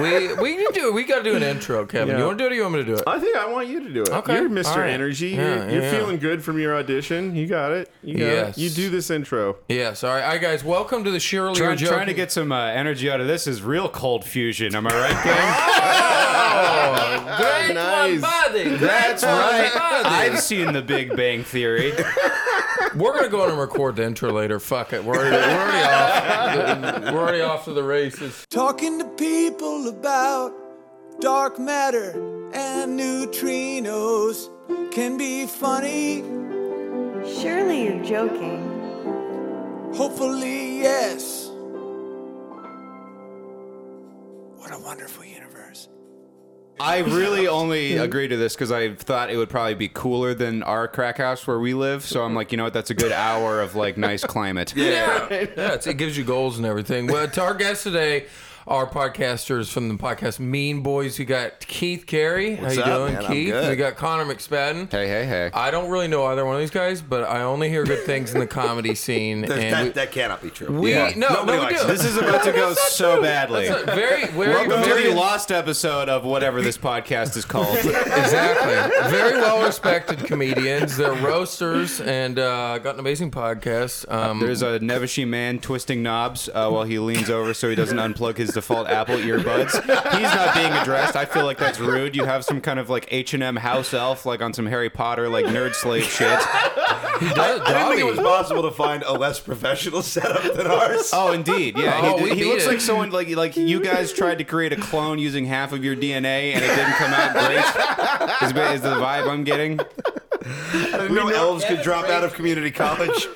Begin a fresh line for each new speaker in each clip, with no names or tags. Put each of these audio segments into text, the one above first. we we need to do we gotta do an intro, Kevin.
Yeah.
You wanna do it or you want me to do it?
I think I want you to do it.
Okay.
You're Mr.
All right.
Energy.
Yeah,
you're you're
yeah, yeah.
feeling good from your audition. You got it. You got
Yes.
it. You do this intro.
yes, all right. All right guys, welcome to the Shirley
Trying,
or Joe.
trying to get some uh, energy out of this is real cold fusion. Am I right, gang?
Oh, great
Nice.
one buddy. Great
That's
one
right.
buddy.
I've seen The Big Bang Theory.
We're gonna go in and record the intro later. Fuck it. We're already, we're already off. We're already off to the races.
Talking to people about dark matter and neutrinos can be funny.
Surely you're joking.
Hopefully, yes. What a wonderful universe.
I really only agree to this because I thought it would probably be cooler than our crack house where we live. So I'm like, you know what? That's a good hour of like nice climate.
Yeah, yeah. It's, it gives you goals and everything. Well, to our guests today are podcasters from the podcast Mean Boys. We got Keith Carey.
What's
How you
up,
doing,
man? I'm
Keith?
good.
We got Connor McSpadden.
Hey, hey, hey.
I don't really know either one of these guys, but I only hear good things in the comedy scene.
There's-
and
that,
we,
that cannot be true.
we-
Yeah.
no,
Nobody
no, we
likes
do.
it.
This is about to go so badly.
It's a very, very,
Welcome to
very
the lost episode of whatever this podcast is called.
exactly. Very well respected comedians. They're roasters and uh, got an amazing podcast. Um,
There's a Nevishy man twisting knobs uh, while he leans over so he doesn't unplug his default Apple earbuds. He's not being addressed. I feel like that's rude. You have some kind of like H and M house elf, like on some Harry Potter, like nerd slave shit.
he does,
I didn't think it was
Dobby.
possible to find a less professional setup than ours.
Oh, indeed, yeah.
Oh,
he
we
did- he
beat
looks
it.
like someone like like you guys tried to create a clone using half of your DNA and it didn't come out great. Is, ba- is the vibe I'm getting?
I didn't know elves could drop out of community college.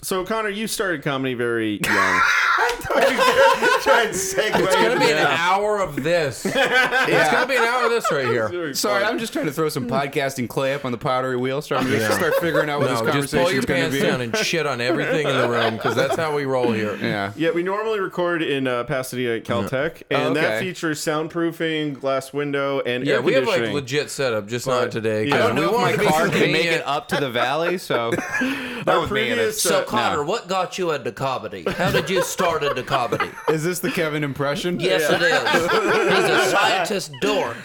So Connor, you started comedy very young.
Try and segue.
It's gonna be an
into-
hour of this. It's gonna be an hour of this right here.
Sorry, I'm just trying to throw some podcasting clay up on the pottery wheel, so I'm gonna
Yeah.
start figuring out what
No,
this
just pull your
conversation's gonna
pants
be.
down and shit on everything in the room because that's how we roll here.
Yeah.
Yeah, we normally record in uh, Pasadena at Caltech, and that
okay.
features soundproofing, glass window, and
Yeah,
air
we have like
conditioning.
legit setup, just not today.
yeah. I don't
We
know if
wanted
my
to be
car can make
convenient.
it up to the valley,
Our
so
was me in it.
previous,
So,
uh,
Connor, what got you into comedy? How did you start into comedy?
is this the Kevin impression?
Yes, it is. He's a scientist dork.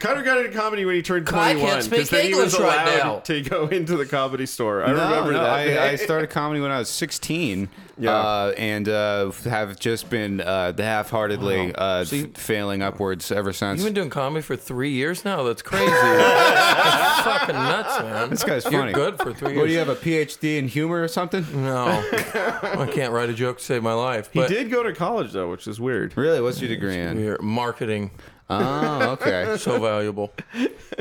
Connor got into comedy when he turned
I can't
21
speak
then he was
English right
allowed
now.
to go into the comedy store. I
No,
remember
no,
that.
I, I started comedy when I was 16,
Yeah.
uh, and uh, have just been uh, half-heartedly uh, f- failing upwards ever since.
You've been doing comedy for three years now. That's crazy. That's fucking nuts, man.
this guy's
You're
funny.
good for three years.
What do you have a PhD in humor or something?
No, I can't write a joke to save my life.
he
But
did go to college though, which is weird.
Really? What's your degree in?
Here, marketing
Oh, okay.
so valuable.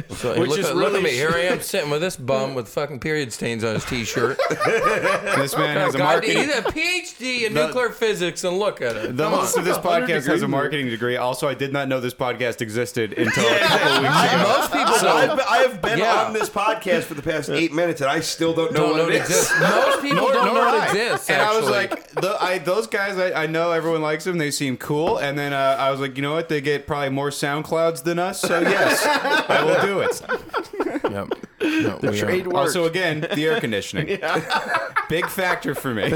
So hey,
Which
look,
is
at, look at
really-
me. Here I am sitting with this bum with fucking period stains on his t-shirt.
this man has a
God, he's
marketing.
a PhD in nuclear physics, and look at it.
The
Come on.
host of this podcast has a marketing degree. Also, I did not know this podcast existed until a couple weeks ago.
Most people
So I've been, I have been
Yeah.
on this podcast for the past eight minutes, and I still don't know
don't
what
know it
it is.
exists. Most people don't know
I.
it exists.
And I was
actually.
like, the, I, those guys, I, I know everyone likes them. They seem cool. And then uh, I was like, you know what? They get probably more SoundClouds than us. So yes, I will do it.
Yep. No, we are-
Trade work.
Also, again, the air conditioning, big factor for me.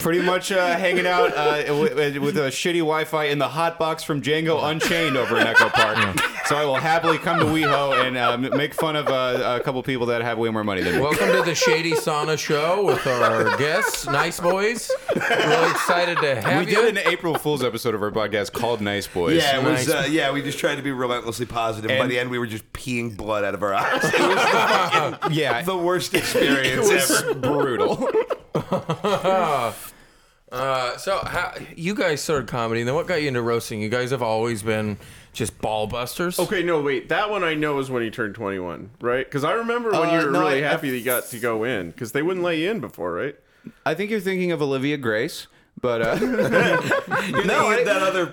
Pretty much uh, hanging out uh, with, with a shitty Wi-Fi in the hot box from Django Unchained over in Echo Park. so I will happily come to WeHo and uh, m- make fun of uh, a couple people that have way more money than me.
Welcome to the Shady Sauna Show with our guests, Nice Boys. Really excited to have
we
you.
did an April Fool's episode of our podcast called Nice Boys.
Yeah, it was.
Nice.
Uh, yeah, we just tried to be relentlessly positive. By
And-
the end, we were just peeing blood out of our eyes. It was
yeah.
the worst experience
it was
ever.
brutal.
Uh, so, how, you guys started comedy, and then what got you into roasting? You guys have always been just ball busters.
Okay, no, wait. That one I know is when he turned 21, right? Because I remember when
Uh,
you were
no,
really
I-
happy that you got to go in, because they wouldn't let you in before, right?
I think you're thinking of Olivia Grace, but uh,
no, that other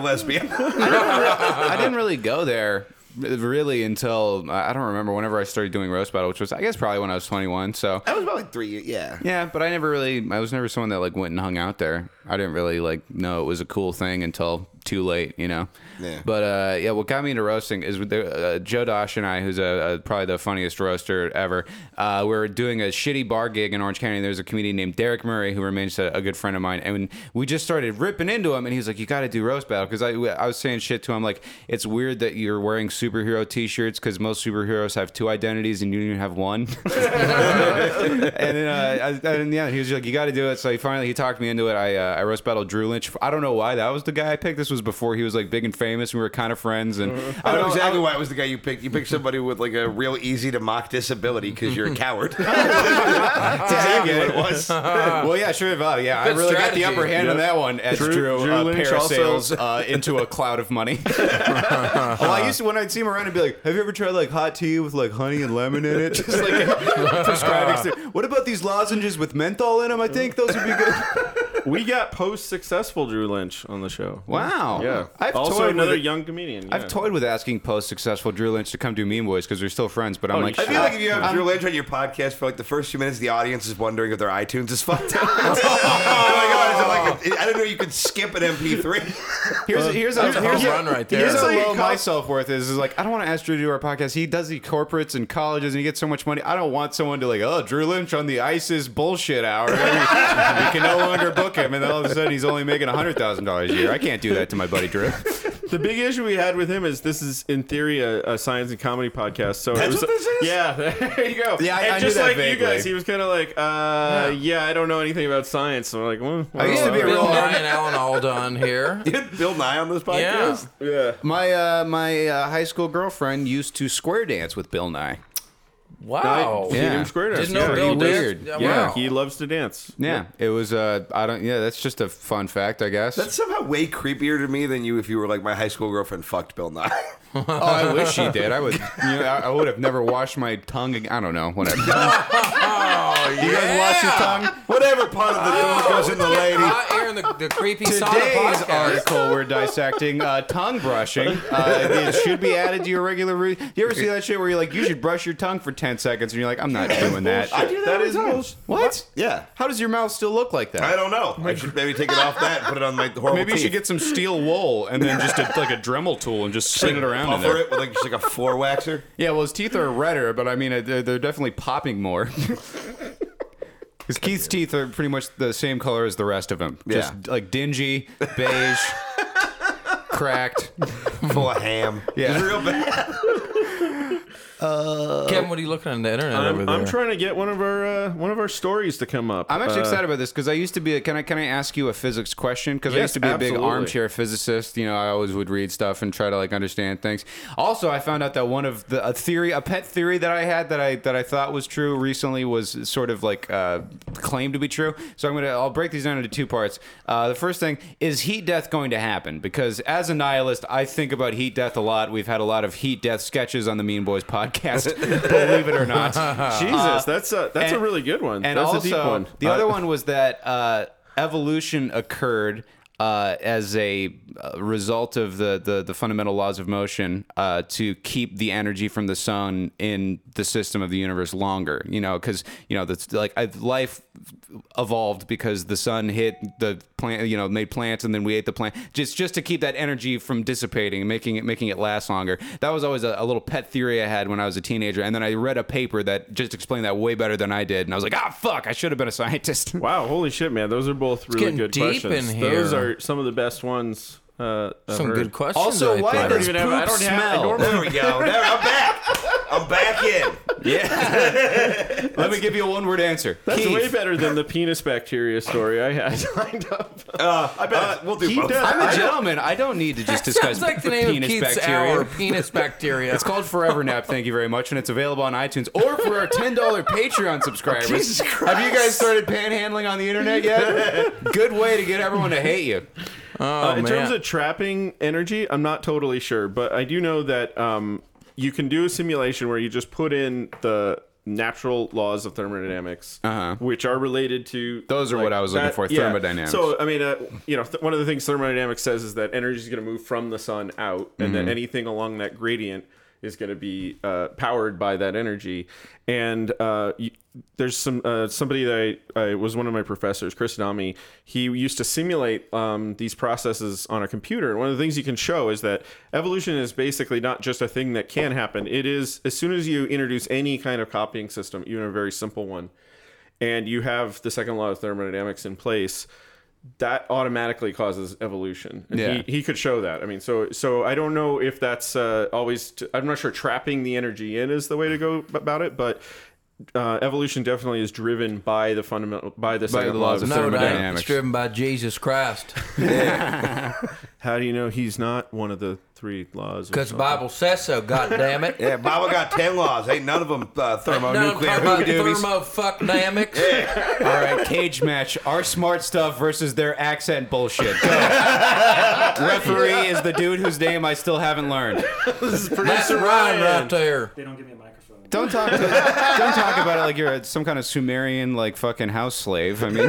lesbian.
I didn't really go there really until I I don't remember whenever I started doing roast battle, which was I guess probably when I was 21. So
That was probably three. Yeah.
yeah, but I never really I was never someone that like went and hung out there. I didn't really like know it was a cool thing until too late, you know.
Yeah.
But uh, yeah, what got me into roasting is with the, uh, Joe Dosh and I, who's uh uh probably the funniest roaster ever. Uh, we were doing a shitty bar gig in Orange County. There's a comedian named Derek Murray who remains a, a good friend of mine, and we just started ripping into him. And he's like, "You got to do roast battle," because I, I was saying shit to him like, "It's weird that you're wearing superhero T-shirts because most superheroes have two identities and you don't even have one." and then uh, I, and yeah, he was like, "You got to do it." So he finally he talked me into it. I uh, I roast battled Drew Lynch. I don't know why that was the guy I picked. This was before he was like big and famous. We were kind of friends, and
Mm-hmm. I know exactly why it was the guy you picked. You picked somebody with like a real easy to mock disability because you're a coward. That's exactly what it was.
well, yeah, sure, Bob. Yeah, I
Good
really got
strategy.
the upper hand on that one. As Drew,
Drew- Drew
uh,
Lynch
parasails uh, into a cloud of money. oh, I used to when I'd see him around, I'd be like, "Have you ever tried like hot tea with like honey and lemon in it?" Just like prescribing. stuff. What about these lozenges with menthol in them? I think those would be good.
we got post successful Drew Lynch on the show.
Wow.
Yeah.
I've
also
toyed
another
with it.
young comedian. yeah.
I've toyed with asking post successful Drew Lynch to come do Mean Boys because they're still friends, but I'm
Oh,
like,
you
I
should.
feel like if you have Drew Lynch on your podcast for like the first few minutes, the audience is wondering if their iTunes is fucked up. oh my god! Is it like a, I didn't know you could skip an MP3.
here's here's a,
That's a
here's
home
a-
run right there.
Here's how
Yeah.
low my self worth is. Is like I don't want to ask Drew to do our podcast. He does the corporates and colleges, and he gets so much money. I don't want someone to like, oh, Drew Lynch on the ISIS bullshit hour. we can no longer book him, and then all of a sudden he's only making hundred thousand dollars a year. I can't do that to my buddy Drew.
The big issue we had with him is this is in theory a, a science and comedy podcast. So it
That's
was,
what this is?
Yeah, there you go.
Yeah, I-
and
I knew
just
that
like
vaguely.
you guys, he was kind of like, uh, yeah. I don't know anything about science. So I'm like, well, uh,
I used to be a real
Bill Nye and Alan Aldan here.
Bill Nye on this
Yeah.
podcast.
yeah.
My uh, my uh, high school girlfriend used to square dance with Bill Nye. Oh,
Wow.
Yeah. Freedom Square
Didn't
Dance,
know
yeah.
Bill
Pretty
did.
weird.
Yeah,
Yeah,
wow.
he loves to dance.
Yeah, it was. Uh, I don't. Yeah, that's just a fun fact, I guess.
That's somehow way creepier to me than you if you were like my high school girlfriend fucked Bill Nye.
Oh, I wish she did. I would. You know, I, I would have never washed my tongue. Again. I don't know.
Oh,
Whatever. You guys wash your tongue.
Whatever part of the dog goes in the lady.
Hot air and the, the creepy sauna
Today's
podcast.
article we're dissecting uh, tongue brushing. Uh, it should be added to your regular routine. You ever see that shit where you're like, you should brush your tongue for ten seconds, and you're like, I'm not doing that.
I do that every time.
bullshit. What?
Yeah.
How does your mouth still look like
I
that?
don't know. I should maybe take it off that and put it on my horrible
Maybe you should
teeth.
get some steel wool and then just a, like a Dremel tool and just spin it around. in
Buffer
there.
it with like just like a floor waxer.
Yeah, well, his teeth are redder, but I mean, uh, they're, they're definitely popping more. Because Keith's teeth are pretty much the same color as the rest of him. Just
Yeah.
like dingy, beige, cracked.
full of ham.
Yeah.
It's real bad.
Kevin, what are you looking on the internet over
I'm,
there?
I'm trying to get one of our uh, one of our stories to come up.
I'm
Uh,
actually excited about this because I used to be. A, can I can I ask you a physics question? Because I
Yes,
used to be a big
absolutely.
armchair physicist. You know, I always would read stuff and try to like understand things. Also, I found out that one of the a theory, a pet theory that I had that I that I thought was true recently was sort of like uh, claimed to be true. So I'm gonna I'll break these down into two parts. Uh, the first thing is heat death going to happen because as a nihilist, I think about heat death a lot. We've had a lot of heat death sketches on the Mean Boys podcast. believe it or not.
Jesus, that's a that's a
and-
really good one.
And
that's
also,
a deep one.
the
Uh,
other one was that uh, evolution occurred uh, as a uh, result of the, the the fundamental laws of motion uh, to keep the energy from the sun in the system of the universe longer. You know, because you know that's like I, life evolved because the sun hit the plant. You know, made plants, and then we ate the plant. Just just to keep that energy from dissipating, and making it making it last longer. That was always a, a little pet theory I had when I was a teenager, and then I read a paper that just explained that way better than I did, and I was like, ah, fuck, I should have been a scientist.
Wow, holy shit, man! Those are both really
getting
good
deep
questions.
in
Those
here.
are some of the best ones. Uh, I've
Some
heard.
good questions.
Also,
right
why
there.
does
even
poop
have- I don't have- I
smell?
don't
There we go. There, I'm back. I'm back in.
yeah. Let me give you a one-word answer.
That's
Keith.
way better than the penis bacteria story I had lined up.
Uh, I bet we'll do both.
I'm a gentleman. I don't need to just discuss
Sounds like the name
penis
of Keith's
bacteria.
hour, penis bacteria.
It's called Forever Nap. Thank you very much, and it's available on iTunes or for our ten dollar Patreon subscribers.
Jesus
Have you guys started panhandling on the internet yet? Good way to get everyone to hate you.
Uh, in
man.
terms of trapping energy, I'm not totally sure, but I do know that um, you can do a simulation where you just put in the natural laws of thermodynamics,
Uh-huh.
which are related to
Those are what I was looking for,
yeah.
thermodynamics.
So I mean, uh, you know, th- one
Mm-hmm.
of the things thermodynamics says is that energy is going to move from the sun out, and then anything along that gradient is going to be uh, powered by that energy. And uh, you, there's some uh, somebody that I, I was one of my professors, Chris Nami. He used to simulate um, these processes on a computer. And one of the things you can show is that evolution is basically not just a thing that can happen. It is as soon as you introduce any kind of copying system, even a very simple one, and you have the second law of thermodynamics in place, that automatically causes evolution. And
Yeah.
he, he could show that. I mean, so so I don't know if that's uh, always. T- I'm not sure trapping the energy in is the way to go about it, but uh, evolution definitely is driven by the fundamental by the second
the
law
laws
of
of
thermo-
No, Diane,
Thermodynamics.
it's driven by Jesus Christ.
How do you know he's not one of the three laws? or
Because
something?
Bible says so, God damn it.
Yeah, Bible got ten laws. Ain't none of them uh,
No, I'm
thermonuclear.
talking about
Hoobie-doobies.
thermo fuck dynamics.
All right, cage match. Our smart stuff versus their accent bullshit. Go. Referee is the dude whose name I still haven't learned.
That's Ryan right there.
They don't give me a microphone.
Don't talk. To, don't talk about it like you're some kind of Sumerian like fucking house slave. I mean,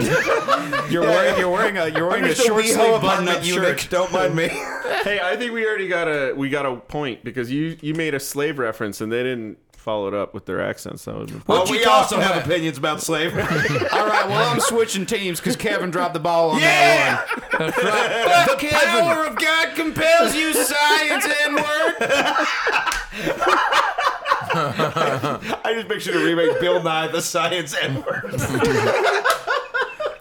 you're wearing you're wearing a you're wearing a
Just a
short
WeHo
sleeve button
apartment
up
eunuch,
shirt.
Don't mind me.
hey, I think we already got a we got a point because you you made a slave reference and they didn't follow it up with their accents. That would
Well,
What you
we also
talking
have
about?
opinions about slavery.
All right, well I'm switching teams because Kevin dropped the ball on
Yeah!
that one.
Fuck Kevin.
Power of God compels you, science and work.
I just pictured a remake Bill Nye the Science N word.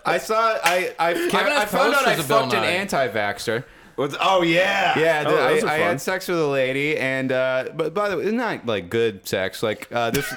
I saw I I, I, found out I fucked an anti-vaxxer.
Oh yeah,
Yeah,
Oh, those
dude,
are
I, I
fun.
had sex with a lady, and uh, but by the way, not like good sex. Like uh, this,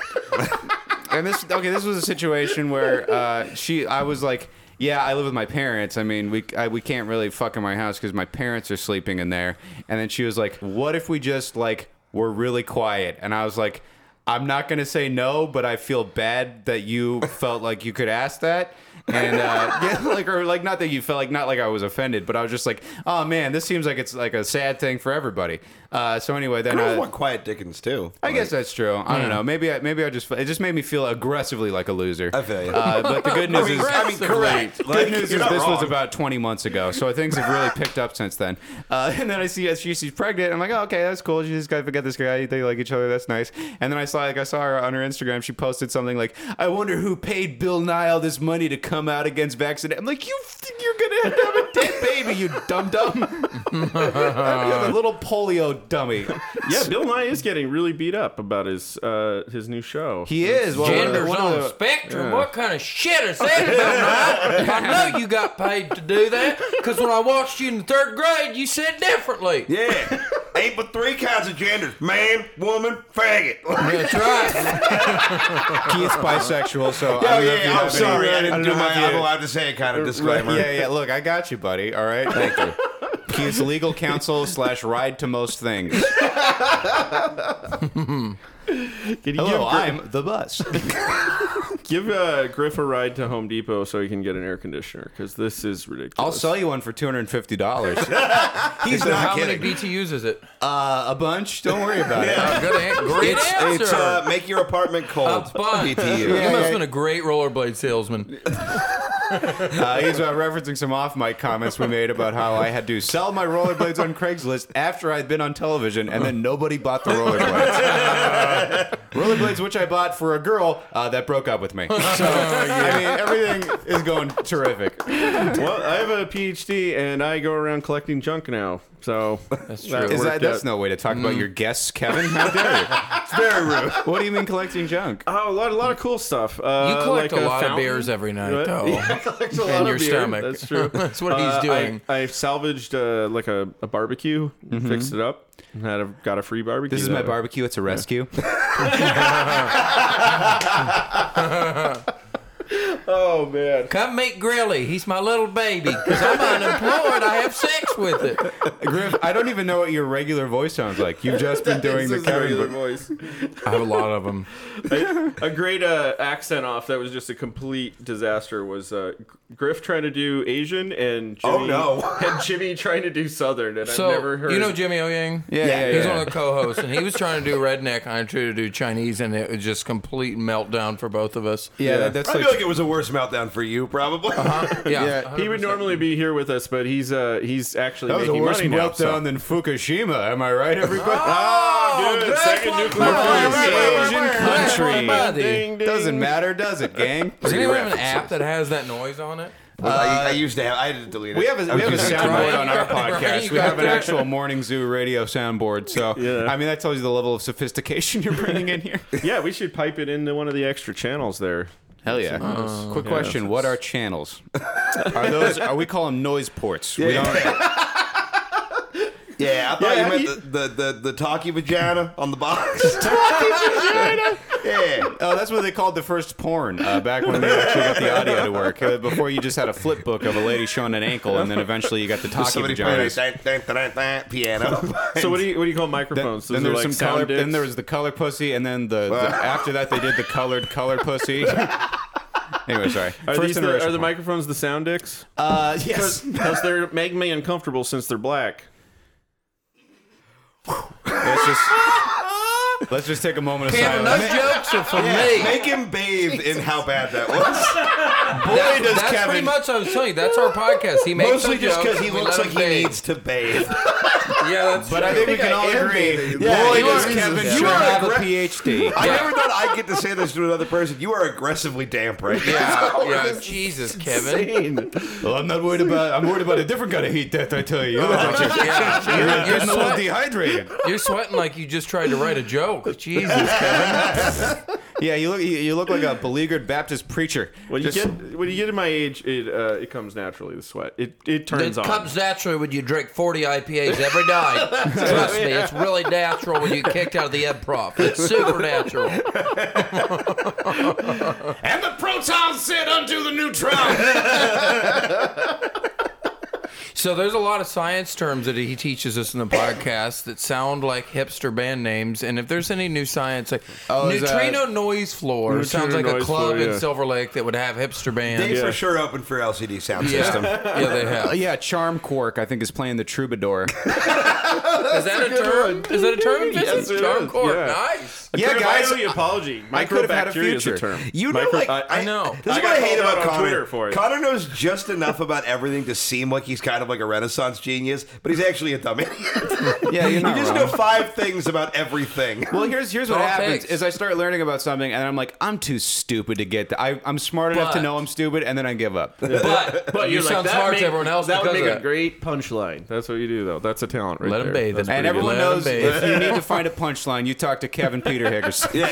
and this. Okay, this was a situation where uh, she, I was like, yeah, I live with my parents. I mean, we I, we can't really fuck in my house because my parents are sleeping in there. And then she was like, what if we just like were really quiet? And I was like. I'm not gonna say no, but I feel bad that you felt like you could ask that, and uh, yeah, like or like not that you felt like not like I was offended, but I was just like, oh man, this seems like it's like a sad thing for everybody. Uh, so anyway, then
Girls
uh,
want quiet Dickens too.
I guess that's true. I don't know. Maybe I maybe I just it just made me feel aggressively like a loser.
I feel you.
Uh, but the good news is
I mean, correct. Like,
good news is
you're not
this was
wrong.
about 20 months ago, so things have really picked up since then. Uh, and then I see she, she's pregnant. I'm like, oh, okay, that's cool. She just got to forget this guy. They like each other. That's nice. And then I saw like I saw her on her Instagram. She posted something like, I wonder who paid Bill Nye all this money to come out against vaccination. I'm like, you think you're gonna have a dead baby, you dumb dumb. a little polio dummy.
Yeah, Bill Nye is getting really beat up about his uh, his new show.
He is. Well,
Genders
one of
on
the-
the spectrum. What kind of shit is that about, Ryan? I know you got paid to do that because when I watched you in the third grade, you said differently.
Yeah, ain't but three kinds of genders: man, woman, faggot. Oh,
That's right.
Keith's bisexual, so I don't
Oh
know if you
yeah, I'm
have any-
sorry. I
I
didn't
don't
do
know
my.
if you-
I'm allowed to say a kind of disclaimer.
Yeah, yeah. Look, I got you, buddy. All right, thank you. Keith's legal counsel slash ride to most things.
Can you
Hello,
give, Gri-
I'm the bus.
give uh, Griff a ride to Home Depot so he can get an air conditioner because this is ridiculous.
I'll sell you one for two hundred and fifty dollars.
He's
How
not
many
kidding.
BTUs is it?
Uh, a bunch. Don't worry about it.
Good an- great answer.
It's uh, make your apartment cold.
A bunch.
BTU.
you must
yeah.
have been a great rollerblade salesman.
Uh, he's uh, referencing some off mic comments we made about how I had to sell my rollerblades on Craigslist after I'd been on television, and then nobody bought the rollerblades. rollerblades, which I bought for a girl uh, that broke up with me. So I mean, everything is going terrific.
well, I have a PhD and I go around collecting junk now. So that's
true. Is
Is that,
worked
that's
out.
no way to talk about your guests, Kevin. How dare you? it's very rude. What do you mean collecting junk?
Oh, a lot, a lot of cool stuff. Uh,
You collect
like
a lot of
fountain.
beers every night,
What?
though.
Yeah, I collect a lot
In
of
your
beer.
stomach.
That's true.
That's what he's
Uh, I-
doing.
I, salvaged uh, like a, a barbecue, and fixed it up, and had a, got a free barbecue.
Mm-hmm. This is
that
my
way.
barbecue. It's a rescue.
Oh man.
Come meet Grilly. He's my little baby. Because I'm unemployed. I have sex with it.
Griff, I don't even know what your regular voice sounds like. You've just been doing
This is
the
my regular
Kevin.
voice.
I have a lot of them.
a great uh, accent off that was just a complete disaster was uh, Griff trying to do Asian and Jimmy,
Oh, no.
and Jimmy trying to do Southern and
So,
I've never heard
you know Jimmy O Yang?
Yeah, yeah, yeah.
He's one of the co-hosts, and he was trying to do redneck. I tried to do Chinese, and it was just complete meltdown for both of us.
Yeah, that- that's
I
like. Uh-huh.
feel like it was a worse meltdown for you, probably.
yeah. Uh-huh.
Yeah.
he would normally be here with us, but he's uh, uh, he's actually
That was a
making
worse
money now.
meltdown
So.
than Fukushima. Am I right, everybody?
Oh, good. Second nuclear
Asian country.
Ding, ding.
Doesn't matter, does it, gang?
Does anyone have an app that has that noise on it?
I, I Uh, used to have. I had to delete it.
We have a, we have a
just
soundboard
trying.
on our
Right,
podcast.
you
we
got
have an
that.
actual Morning Zoo radio soundboard. So, I mean, that tells you the level of sophistication you're bringing in here.
Yeah, we should pipe it into one of the extra channels there.
Hell yeah! Quick question: What are channels? Are those? Are we call them noise ports? We
Yeah.
don't.
yeah, I thought
Yeah,
you meant
you-
the, the, the, the talkie vagina on the box. yeah.
Oh, that's what they called the first porn uh, back when they actually got the audio to work. Uh, before you just had a flip book of a lady showing an ankle, and then eventually you got the talkie
Somebody playing a
vaginas.
dun, dun, dun, dun, dun piano.
So what do you what do you call
Then,
microphones?
then
Those
there
are
was
like
some color.
sound dicks?
Then there was the color pussy, and then the, the after that they did the colored color pussy. anyway, sorry.
Are, these the,
interracial
are the
porn.
microphones the sound dicks?
Uh, yes.
Because they're making me uncomfortable since they're black.
Let's just let's just take a moment of
Cameron,
silence.
those jokes are for me.
Make him bathe in how bad that was.
Boy,
That-
does
that's pretty
Kevin.
much what I was telling you. That's our podcast. He makes
Mostly
some
just
jokes
because he
and we
looks
let
like he
him be.
needs to bathe.
Yeah, that's
But I think we can all
am
agree.
bathing.
Boy,
Yeah,
does
you are-
Kevin
you
should
are
have a
aggra-
PhD.
I never thought I'd get to say this to another person. You are aggressively damp right now.
yeah, yeah. Jesus, Kevin.
Well, I'm not worried about. I'm worried about a different kind of heat death. I tell you, you're,
Yeah. You're, you're,
a little
sweat-
dehydrated.
you're sweating like you just tried to write a joke. Jesus, Kevin.
Yeah, you look. You you look like a beleaguered Baptist preacher.
When you
Just-
get when you get to my age, it uh, it comes naturally. The sweat it it
It
turns on.
comes naturally when you drink 40 IPAs every night. Trust me, it's really natural when you get kicked out of the improv. It's supernatural.
and the proton said unto the neutron.
So there's a lot of science terms that he teaches us in the podcast that sound like hipster band names. And if there's any new science, like
Oh, is that-
neutrino noise floor
Neutrino
sounds like a
noise
club
floor, yeah.
in Silver Lake that would have hipster
They
bands.
for sure open for LCD sound
yeah.
system.
yeah, they have.
Oh, yeah, Charm Quark. I think is playing the troubadour.
Is that a term? Is that a term?
Yes,
Vincent?
it
Charm
is,
court.
yeah.
Nice.
I
Yeah,
could've- I
guys,
owe you an apology.
I could've had a
Microbacteria is the
future.
term.
You know,
Micro-
like,
I,
I know.
This is
I
what
got
I hate
called out
about
on
Connor.
Twitter for it.
Connor knows just enough about everything to seem like he's kind of like a Renaissance genius, but he's actually a dumb idiot.
Yeah, you're
you
not
just
wrong.
know five things about everything.
Well, here's here's what
All
happens
takes.
is I start learning about something and I'm like, I'm too stupid to get that. I, I'm smart enough to
But-
know I'm stupid, and then I give up.
But,
But
you
you're like,
sound
that
smart
make-
to everyone else
That would
because
make
of
a
that.
great punchline. That's what you do though. That's a talent right
Let 'em
there.
bathe
That's
in it.
And
pretty good.
everyone
Let 'em
knows
bathe.
if you need to find a punchline, you talk to Kevin Peter Higgers. we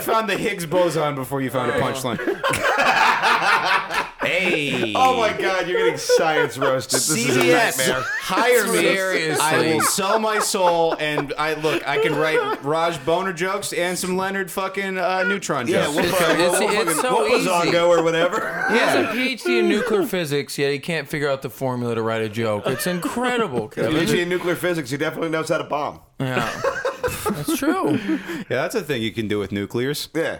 found the Higgs boson before you found a punchline. hey.
oh my god, you're getting science roasted. This is a
CBS,
nightmare.
hire me.
Seriously.
I will sell my soul, and I look. I can write Raj Boner jokes and some Leonard fucking uh, Neutron
Yeah,
jokes.
we'll find
it's-
we'll
it's
fucking-
so
we'll Bazongo
easy.
or whatever.
He has a PhD in nuclear physics, yet he can't figure out the formula to write a joke. It's incredible. Kevin.
PhD in nuclear physics, he definitely knows how to bomb.
Yeah. That's true.
Yeah, that's a thing you can do with nuclears.
Yeah.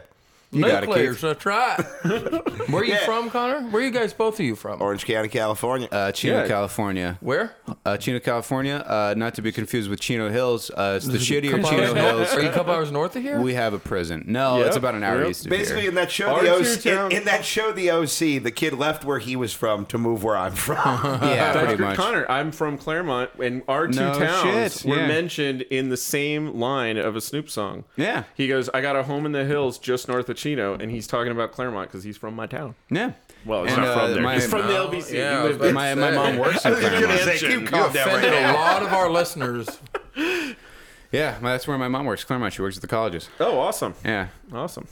You got it,
Nuclear,
Keith.
so try it. Where you
Yeah.
from, Connor? Where you guys, both of you from?
Orange County, California.
Uh, Chino,
Yeah.
California.
Where?
Uh, Chino, California. Uh, not to be confused with Chino Hills. Uh, it's the shittier
Couple
Chino
hours north- Are you
Hills.
a couple hours north of here?
We have a prison. No,
Yep,
it's about an hour
yep.
east of
Basically,
here.
in that show,
Aren't
the
you
OC,
town-
in, in that show, the OC, the kid left where he was from to move where I'm from.
yeah, pretty
Dr.
much.
Connor, I'm from Claremont, and our two
No
towns
shit,
were
yeah.
mentioned in the same line of a Snoop song.
Yeah.
He goes, I got a home in the hills just north of Chino, and he's talking about Claremont because he's from my town.
Yeah.
Well, he's
And,
not
uh,
from there.
my-
he's from the
No,
LBC.
yeah,
He
I was
lived
about
there.
My, my mom works in Claremont.
Say, you calm down right
Offended
now.
a lot of our listeners.
Yeah, my- that's where my mom works. Claremont. She works at the colleges.
Oh, awesome.
Yeah.
Awesome.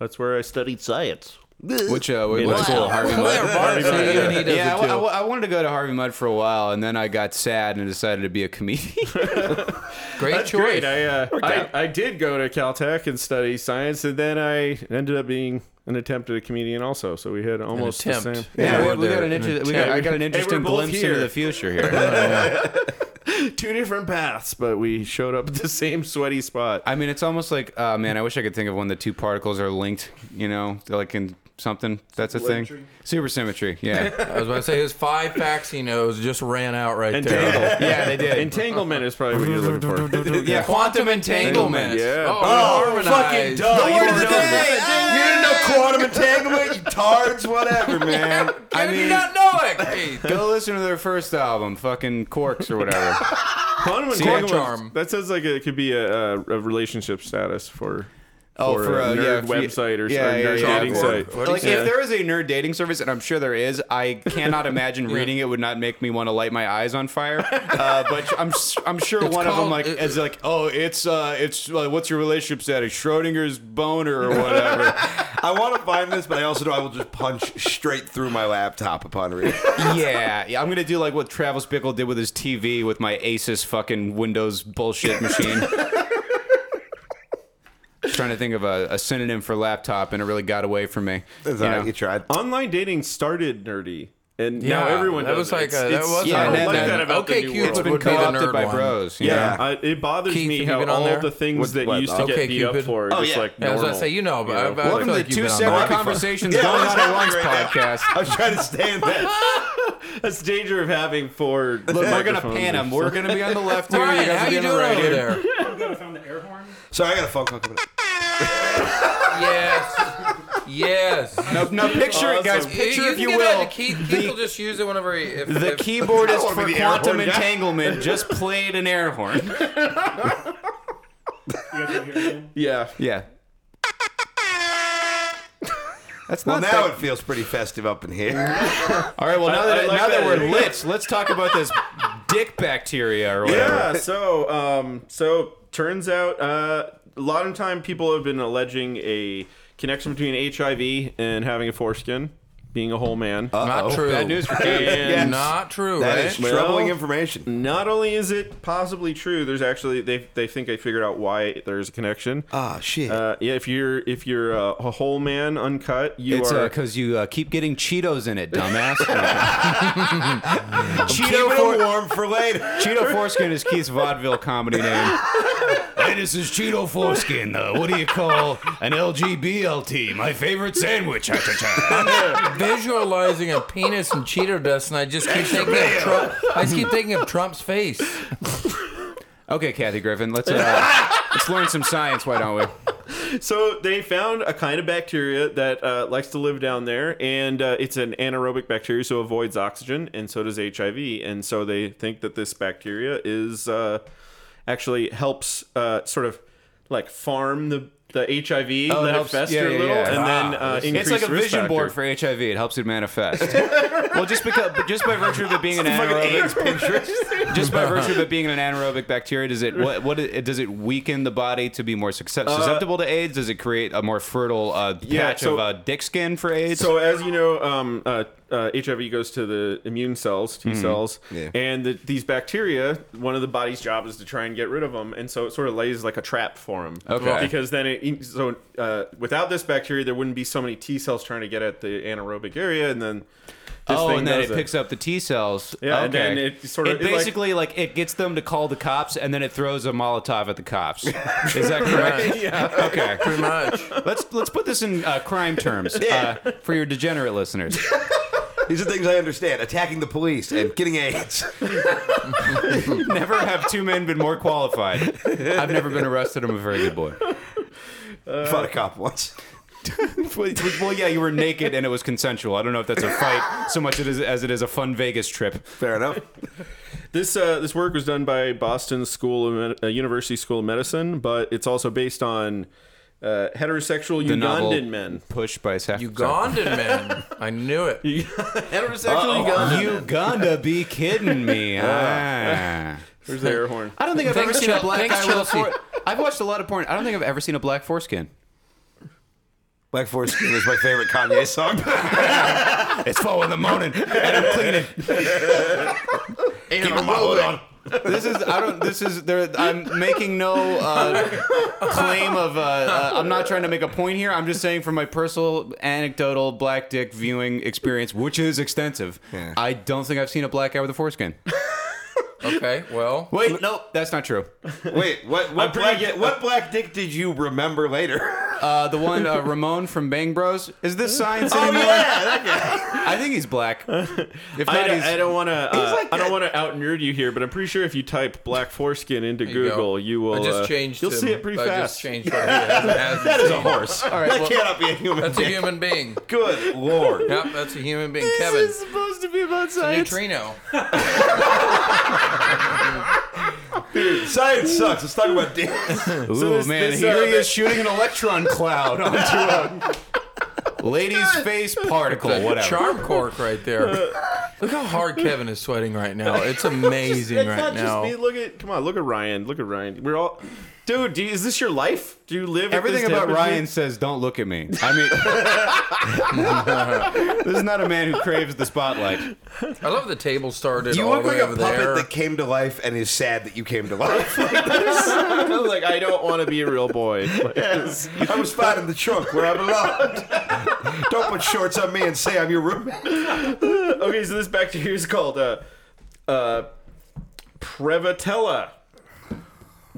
That's where I studied science.
Which uh, we went to
"Oh,
Harvey
Where,
Mudd.
Bart? See, even he does
Yeah, I,
it
wa- I
too.
wa- I wanted to go to Harvey Mudd for a while, and then I got sad and decided to be a comedian.
Great choice.
That's great.
eh?
I, uh, I I did go to Caltech and study science, and then I ended up being an attempt at a comedian also. So we had almost the
attempt.
same.
Yeah,
we, we got an inter- we got, I got
Hey,
an
we're
interesting
both
glimpse
here.
into the future here.
Two different paths, but we showed up at the same sweaty spot.
I mean, it's almost like, uh, man, I wish I could think of when the two particles are linked. You know, they're like in something. That's a thing. Supersymmetry. Yeah.
I was about to say his five facts he knows just ran out right there.
Entangle.
yeah, they did.
Entanglement is probably what you're looking for.
yeah, quantum entanglement.
Yeah.
Oh,
fucking
harmonized.
dumb.
The
You
word of
didn't
the
know
day.
that, did you? You didn't know quantum entanglement, you cards, whatever, man.
How
I
did you
mean-
not know it, Keith?
Go listen to their first album, fucking Corks or whatever.
Quantum
See, I
entanglement-
charm.
That sounds like it could be a, a, a relationship status for.
Oh,
for,
for,
a
uh, yeah,
nerd
if you-
website or,
yeah,
or
yeah,
nerd
yeah.
dating
Or-
site.
or-
like
Yeah.
if there is a nerd dating service, and I'm sure there is, I cannot imagine reading it would not make me want to light my eyes on fire. Uh, but I'm s- I'm sure one of them
called-
like
it-
is like, oh, it's uh, it's uh, what's your relationship status? Schrodinger's boner or whatever.
I want to find this, but I also know I will just punch straight through my laptop upon reading.
yeah, yeah, I'm gonna do like what Travis Bickle did with his TV with my Asus fucking Windows bullshit machine. Trying to think of a, a synonym for laptop, and it really got away from me.
That's
You
all
know?
right, you tried.
Online dating started nerdy, and now
Yeah,
everyone
that
does
was
it.
like
It's-
a- that
it's-
was
I
like
don't
a-
like that
and
about the new
OKCupid
world.
It's been
would be the
co-opted
nerd
by
one.
bros. you know?
Yeah.
I, it bothers
Keith,
me
have you
how
been on
all
there?
the things
With
that
what,
used to
okay,
get beat up
Cupid?
for are
Oh,
just
yeah.
like
Yeah, I was
normal.
gonna say, you know, but I- I
Well,
feel
Welcome
like
to
you've
two
been on
separate
that before.
conversations
Yeah,
going on at
exactly
once
right now.
podcast.
I was trying to stay in that.
That's the danger of having four.
Look, we're gonna pan him. We're gonna be on the left here.
Brian,
you guys
how
will be
you
on the
doing
right
over
here.
there?
Sorry, I got a phone call coming up.
Yes. Yes.
No, no, picture it, guys.
Awesome.
Picture
you
if
can
you
give
will.
That to Keith. Keith will just use it whenever he. If,
The
if,
keyboard is
wanna
for
be the air
quantum
horn guy.
entanglement. Just played an air horn.
Yeah.
Yeah. That's
Well,
not
now
that-
it feels pretty festive up in here.
All right. Well, now
I-
that
I like
now that,
that.
we're lit, let's talk about this dick bacteria or whatever.
Yeah. So, um, so turns out uh, a lot of time people have been alleging a connection between HIV and having a foreskin, being a whole man.
Not true.
Bad news for Keith.
And
Not true,
That
right?
is
Well-
troubling information.
not only is it possibly true, there's actually they they think they figured out why there's a connection.
Ah, shit.
Uh, yeah, if you're if you're a, a whole man uncut, you
It's
are
because you uh, keep getting Cheetos in it, dumbass. Cheeto,
Keep
for-
it warm for later.
Cheeto Foreskin is Keith's vaudeville comedy name. And this is Cheeto Foreskin. Uh, what do you call an LGBLT? My favorite sandwich.
visualizing a penis and Cheeto dust, and I just keep thinking of Trump. I just keep thinking of Trump's face.
okay, Kathy Griffin, let's uh, let's learn some science, why don't we?
So they found a kind of bacteria that uh, likes to live down there, and uh, it's an anaerobic bacteria, so avoids oxygen, and so does HIV. And so they think that this bacteria is uh, actually helps uh, sort of like farm the the HIV
Oh, it
that
helps-
fester
yeah,
a
yeah,
little,
yeah. Ah,
and then uh, increase
It's like a
risk
vision board
factor.
for HIV. It helps it manifest. well, just because, but just by virtue of it being an anaerobic, just by virtue of it being an anaerobic bacteria, does it what what it, does it weaken the body to be more success, susceptible to AIDS? Does it create a more fertile uh,
Uh, Yeah,
patch
so-
of uh, dick skin for AIDS?
So as you know, um, uh, uh, HIV goes to the immune cells, T cells, and the, these bacteria. One of the body's job is to try and get rid of them, and so it sort of lays like a trap for them.
Okay.
Because then, it, so uh, without this bacteria, there wouldn't be so many T cells trying to get at the anaerobic area, and then this
oh,
thing
and then
does
it picks up the T cells.
Yeah,
okay.
and then it sort of-
It
it, like-
basically like, it gets them to call the cops, and then it throws a Molotov at the cops. Is that correct? yeah. Okay.
Pretty much.
Let's let's put this in uh, crime terms uh, for your degenerate listeners.
These are things I understand. Attacking the police and getting AIDS.
Never have two men been more qualified. I've never been arrested. I'm a very good boy.
Fought a cop once.
Well, yeah, you were naked and it was consensual. I don't know if that's a fight so much it is- as it is a fun Vegas trip.
Fair enough.
This uh, this work was done by Boston School of Med- uh, University School of Medicine, but it's also based on uh, heterosexual
The
Ugandan
novel
men.
Push by Seth.
Ugandan man. I knew it.
heterosexual Ugandan.
Uganda, be kidding me. Ah.
Where's the air horn?
I don't think I've
Thanks,
ever seen a
Chel-
black
thanks,
guy with a
Chelsea.
fore- I've watched a lot of porn. I don't think I've ever seen a black foreskin.
Black Foreskin is my favorite Kanye song.
It's four in the morning and I'm cleaning.
Keep my hood on.
This is I don't. This is there. I'm making no uh, claim of. Uh, uh, I'm not trying to make a point here. I'm just saying from my personal anecdotal black dick viewing experience, which is extensive.
Yeah.
I don't think I've seen a black guy with a foreskin.
Okay, well.
Wait, no, that's not true.
Wait, what? What black, what black dick did you remember later?
Uh, the one uh, Ramon from Bang Bros. Is this science
Oh,
anymore? I think he's black. If
I
not,
don't,
he's
I don't want to. Uh, I don't want to out nerd you here, but I'm pretty sure if you type black foreskin into
you go.
Google, you will.
I just
uh,
changed.
You'll
him.
see it pretty
I
fast.
just changed. Right here. that is a horse. All right,
that
well,
cannot be a human.
that's a
being.
human being.
Good lord.
Yep, that's a human being. Kevin,
supposed to be about
neutrino.
Science sucks. Let's talk about dance.
Ooh,
this-
man,
this,
here
uh,
he is shooting an electron cloud onto a lady's face particle,
It's a
whatever.
Charm cork right there. Look how hard Kevin is sweating right now. It's amazing
It's
right
not
now.
just me. Look at, come on, look at Ryan. Look at Ryan. We're all, dude. Do you, is this your life? Do you live? at
Everything
this
about
temperature?
Ryan says, "Don't look at me." I mean, this is not a man who craves the spotlight.
I love the table started
You
all
look
the way
like a
over
puppet
there.
that came to life and is sad that you came to life.
I was like, I don't want to be a real boy. Like,
I was found in the trunk where I belonged. Don't put shorts on me and say I'm your roommate.
okay, so this bacteria is called uh, uh, Prevotella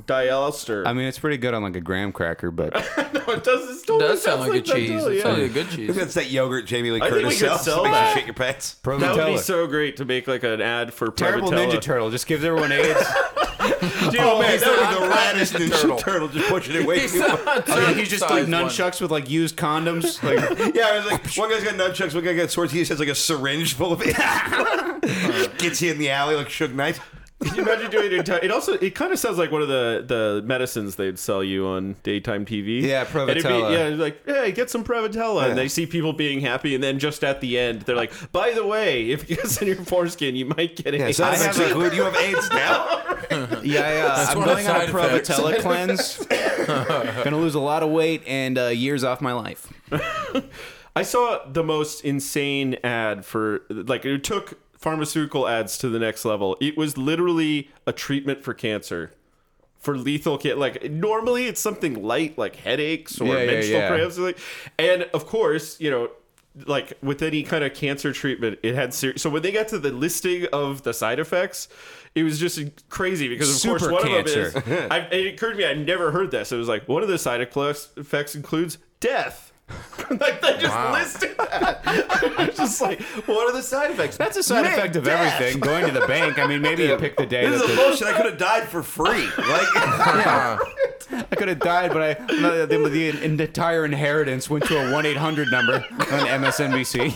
dialster.
I mean, it's pretty good on like a graham cracker, but
it does, it still
It does sound like a cheese.
Prevotella,
It
yeah.
sounds like a good cheese.
That's that yogurt Jamie Lee
I think we
Curtis
could
sells.
sell
Makes
that.
you shit your pants.
That would be
Prevotella.
so great to make like an ad for
terrible Ninja
Prevotella.
Turtle just gives everyone AIDS.
Dude, oh man,
He's
that would-
like the raddest ninja turtle. just pushing it way too much.
Like, he's just like
Size one.
nunchucks with like used condoms. Like,
Yeah, I was like, one guy's got nunchucks, one guy got swords. He just has like a syringe full of it. Gets you in the alley like Suge Knight.
Can you imagine doing it? in ti- It also it kind of sounds like one of the the medicines they'd sell you on daytime TV.
Yeah,
And it'd be-
Prevotella.
yeah, like hey, get some Prevotella,
Yeah.
and they see people being happy, and then just at the end, they're like, by the way, if you get in your foreskin, you might get it.
Yeah, so I have
Actually, good, you have AIDS now.
yeah, yeah. I'm
one of
going
the
on a
side effects.
Prevotella cleanse. Gonna lose a lot of weight and uh, years off my life.
I saw the most insane ad for like it took pharmaceutical ads to the next level. It was literally a treatment for cancer. For lethal kit, like normally it's something light, like headaches or
Yeah, yeah,
menstrual
yeah.
cramps, like, and of course, you know, like with any kind of cancer treatment, it had ser- so when they got to the listing of the side effects, it was just crazy because of course
Super
one of them
cancer.
is. I, it occurred to me I never heard this. It was like one of the side effects includes death. like they just listed that. I was just like, what are the side effects?
That's a side effect of
death.
everything. Going to the bank. I mean, maybe you pick the day.
This
that
is
the-
a bullshit. I could have died for free. Like,
I could have died, but I the, the, the entire inheritance went to a one eight hundred number on MSNBC.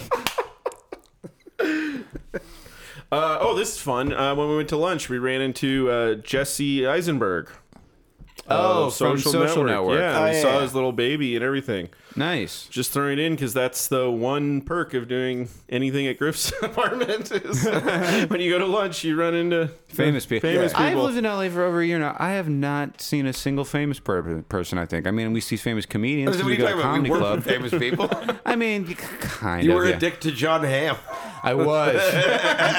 Uh, oh, this is fun. Uh, when we went to lunch, we ran into uh, Jesse Eisenberg.
Oh,
of
from Social Network.
Yeah,
Oh,
we
yeah,
saw
yeah.
his little baby and everything.
Nice.
Just throwing it in because that's the one perk of doing anything at Griff's apartment is when you go to lunch, you run into
Famous people.
Famous
I've
people.
lived in LA for over a year now. I have not seen a single famous per- person. I think. I mean, we see famous comedians.
what
'cause
are
we
you
go
talking
to
about?
comedy
We work
club.
with famous people.
I mean, kind
You
of.
were
yeah.
addicted to John Hamm.
I was.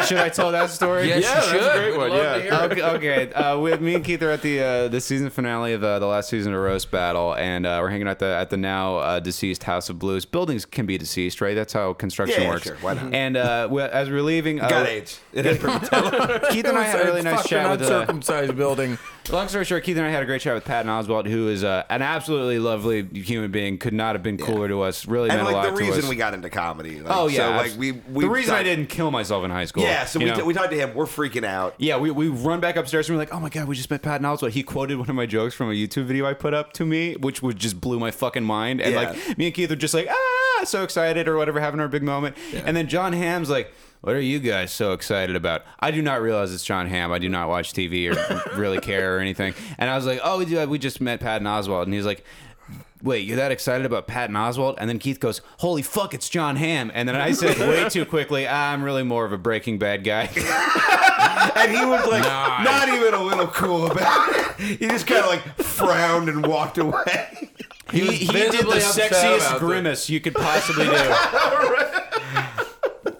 Should I tell that story?
Yes,
Yeah,
you
that's
should.
a great
We'd
one,
love
yeah.
to hear it.
okay, okay. Uh, with me and Keith are at the uh, the season finale of uh, the last season of Roast Battle, and uh, we're hanging out at the at the now uh, deceased House of Blues. Buildings can be deceased, right? That's how construction
Yeah, yeah,
works.
sure. Why not?
And uh, we- as we're leaving, uh,
Got AIDS. It had Prevotella.
Keith and I had a really nice
Fucking
chat with. Uh,
uncircumcised building.
long story short, Keith and I had a great chat with Patton Oswalt, who is uh, an absolutely lovely human being. Could not have been cooler to us. Really
and
meant a
like
lot
the
to
reason
us.
we got into comedy. Like,
oh
so,
yeah,
like we, we
the reason I
talked-
didn't kill myself in high school.
Yeah, so
you
we,
know?
t- we talked to him. We're freaking out.
Yeah, we, we run back upstairs and we're like, oh my god, we just met Patton Oswalt. He quoted one of my jokes from a YouTube video I put up to me, which would just blew my fucking mind. And
Yeah.
like me and Keith are just like, ah, so excited or whatever, having our big moment. And then John Hamm's like, what are you guys so excited about? I do not realize it's John Hamm. I do not watch TV or really care or anything. And I was like, oh, we do- we just met Patton Oswalt, and he's like. Wait, you're that excited about Patton Oswald? And then Keith goes, "Holy fuck, it's John Hamm!" And then I said way too quickly, "Ah, "I'm really more of a Breaking Bad guy."
And he was like, not even a little cool about it. He just kind of like frowned and walked away.
He,
was
he did the
visibly upset about
sexiest
this.
grimace you could possibly do.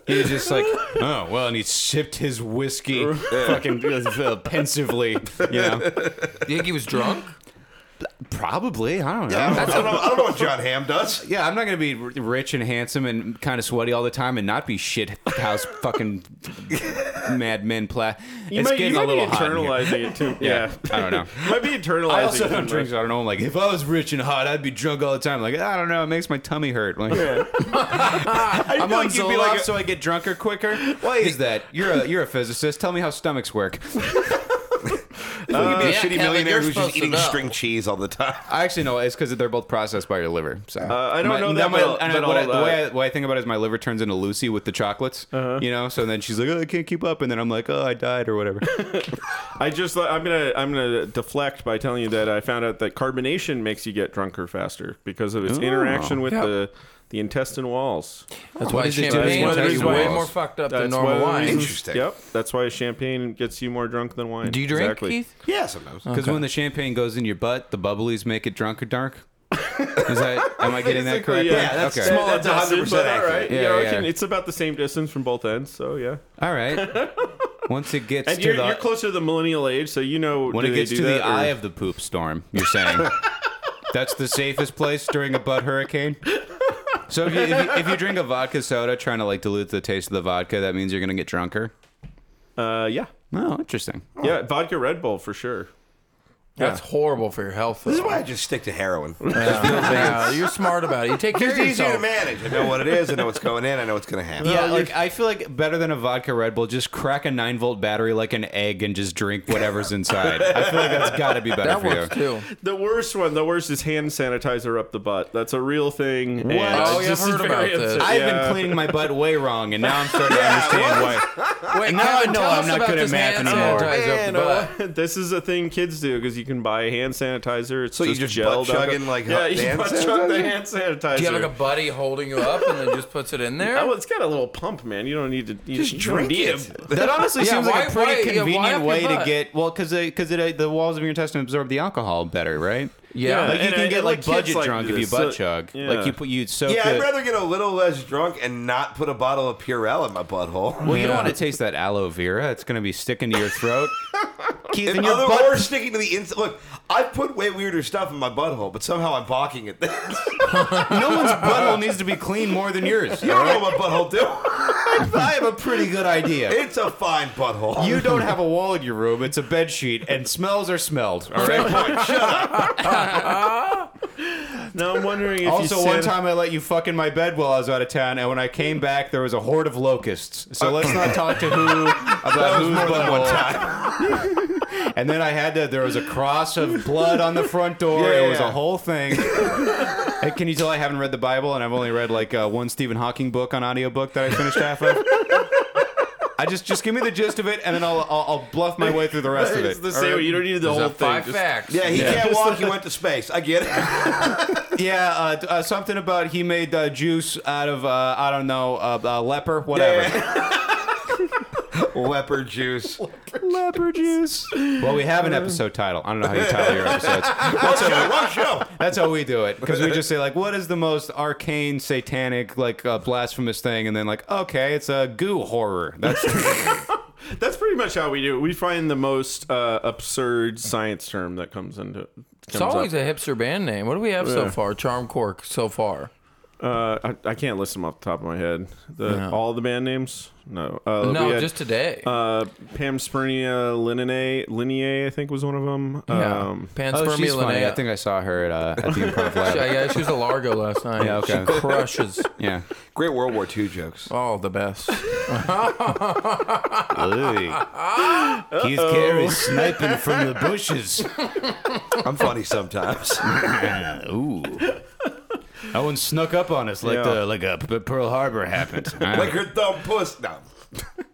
He was just like, oh well, and he sipped his whiskey, fucking uh, pensively, you know.
You think he was drunk?
Probably. I don't know.
I don't, I don't know, I don't know what John Hamm does.
Yeah, I'm not gonna be r- rich and handsome and kind of sweaty all the time and not be shit house fucking mad men pla.
You
it's
might,
getting
you
a
might
little
be
hot. in here.
internalizing it too. Yeah,
I don't know.
You might be internalizing.
I also
it too
don't drink.
much.
so I don't know. I'm like, if I was rich and hot, I'd be drunk all the time. Like, I don't know. It makes my tummy hurt. Like,
I
I'm
feel
on
like you'd be
Zoloft,
like a-
so I get drunker quicker. Why is that? You're a you're a physicist. Tell me how stomachs work.
You'd be a
yeah,
shitty
Kevin,
millionaire
you're
who's
supposed
just
to
eating
know.
string cheese all the time.
I actually know it's because they're both processed by your liver. So
Uh, I don't
My-
know that,
my-
but-
and
but
what I-
I'll,
the way
uh, Uh-huh.
I, what I think about it is my liver turns into Lucy with the chocolates. You know, so then she's like, "Oh, I can't keep up," and then I'm like, "Oh, I died" or whatever.
I just I'm gonna I'm gonna deflect by telling you that I found out that carbonation makes you get drunker faster because of its interaction with
Yeah.
the the intestine walls.
That's why
does it do
champagne
to
is
intestine
way
walls?
more fucked up than
That's
normal
one of the
wine.
reasons-
Interesting.
Yep. That's why champagne gets you more drunk than wine.
Do you drink,
Exactly.
Keith?
Yeah, sometimes.
Because when the champagne goes in your butt, the bubblies make it drunk or dark. Is that? Am I getting that correct?
Basically, yeah. Yeah,
that's
okay.
small. That's
That's
100%
but all
accurate.
right.
Yeah,
you know, it
yeah.
can- it's about the same distance from both ends. So yeah,
All right. Once it gets
and
to
you're,
the
you're closer to the millennial age, so you know
when
do
it
they
gets
do
to
that,
the
or-
eye of the poop storm, you're saying that's the safest place during a butt hurricane. So if you, if you if you drink a vodka soda trying to like dilute the taste of the vodka, that means you're gonna get drunker.
Uh, yeah,
Oh, interesting.
yeah, vodka Red Bull for sure.
That's horrible for your health.
This is why I just stick to heroin.
Yeah, you're smart about it. You take care
It's
of
easier to
yourself.
manage. I know what it is. I know what's going in. I know what's going to happen.
Yeah, like I feel like better than a vodka Red Bull, just crack a nine volt battery like an egg and just drink whatever's inside. I feel like that's got to be better
That
for you.
works too.
The worst one, the worst is hand sanitizer up the butt. That's a real thing. What?
Oh, yeah, I've heard about this.
I've been cleaning my butt way wrong, and now I'm starting to understand why.
Wait,
now I
Kevin,
know
tell
I'm
us
not
about
good at
this
math
hand
anymore.
sanitizer up the butt.
this is a thing kids do because you can buy hand sanitizer. It's
So you
just
just
gelled
butt chugging,
alcohol.
like,
yeah,
the
you
hand
butt chug the
sanitizer?
hand sanitizer.
Do you have like a buddy holding you up and then just puts it in there?
Oh, it's got a little pump, man. You don't need to. You
Just
you don't
drink
need
it.
a-
That honestly
Yeah,
seems like a
why-
pretty
why- yeah, why up
convenient
your
way to
butt?
get well, because because it, uh, the walls of your intestine absorb the alcohol better, right?
Yeah.
like you
and
can
I-
get
and,
like
like, kids
budget
like
drunk if you
this,
butt
so-
chug.
yeah.
Like you put you soak.
Yeah, I'd
the-
rather get a little less drunk and not put a bottle of Purell in my butthole.
well, you don't want to taste that aloe vera. It's gonna be sticking to your throat. Keith,
And
and your
other,
butt
or sticking to the inside. Look, I put way weirder stuff in my butthole, but somehow I'm balking at this.
No one's butthole needs to be clean more than yours.
You
all
don't know
right?
what my butthole do.
I have a pretty good idea.
It's a fine butthole.
You don't have a wall in your room. It's a bed sheet, and smells are smelled. All right.
Now I'm wondering if you
also, one
sanit-
time I let you fuck in my bed while I was out of town, and when I came back, there was a horde of locusts.
Uh,
So let's not talk to who about who's butthole. One time. and then I had to. There was a cross of blood on the front door.
Yeah,
it was
yeah.
a whole thing. Hey, Can you tell I haven't read the Bible, and I've only read like uh, one Stephen Hawking book on audiobook that I finished half of. I just just give me the gist of it, and then I'll I'll, I'll bluff my way through the rest of
It's
it.
the same. You don't need the
There's
whole
a five
thing.
facts.
yeah, he can't walk. He went to space. I get it.
Yeah, uh, d- uh, something about he made uh, juice out of uh, I don't know uh, uh, leper, whatever.
Leopard juice.
Leper juice. Well, we have an episode title. I don't know how you title your episodes. That's how,
One show.
that's how we do it because we just say like, what is the most arcane, satanic, like uh, blasphemous thing, and then like, okay, it's a goo horror. That's
That's pretty much how we do it. We find the most uh, absurd science term that comes into. Comes
It's always
up.
a hipster band name. What do we have so
Yeah.
far? Charm Cork so far.
Uh, I, I can't list them off the top of my head. The, All the band names? No. Uh,
No,
we had,
just today.
uh, Pam Spernia Linnae, Linnae, I think was one of them.
yeah.
Um,
oh,
Panspermia
she's funny.
Linnea.
I think I saw her at, uh, at the improv
yeah,
lab.
yeah, she was a Largo last night.
Yeah,
She
okay.
crushes.
Yeah.
Great World War II jokes.
Oh, the best.
Keith Carey sniping from the bushes.
I'm funny sometimes.
Ooh. That one snuck up on us like
Yeah.
the like a P- Pearl Harbor happened.
like her thumb puss. No.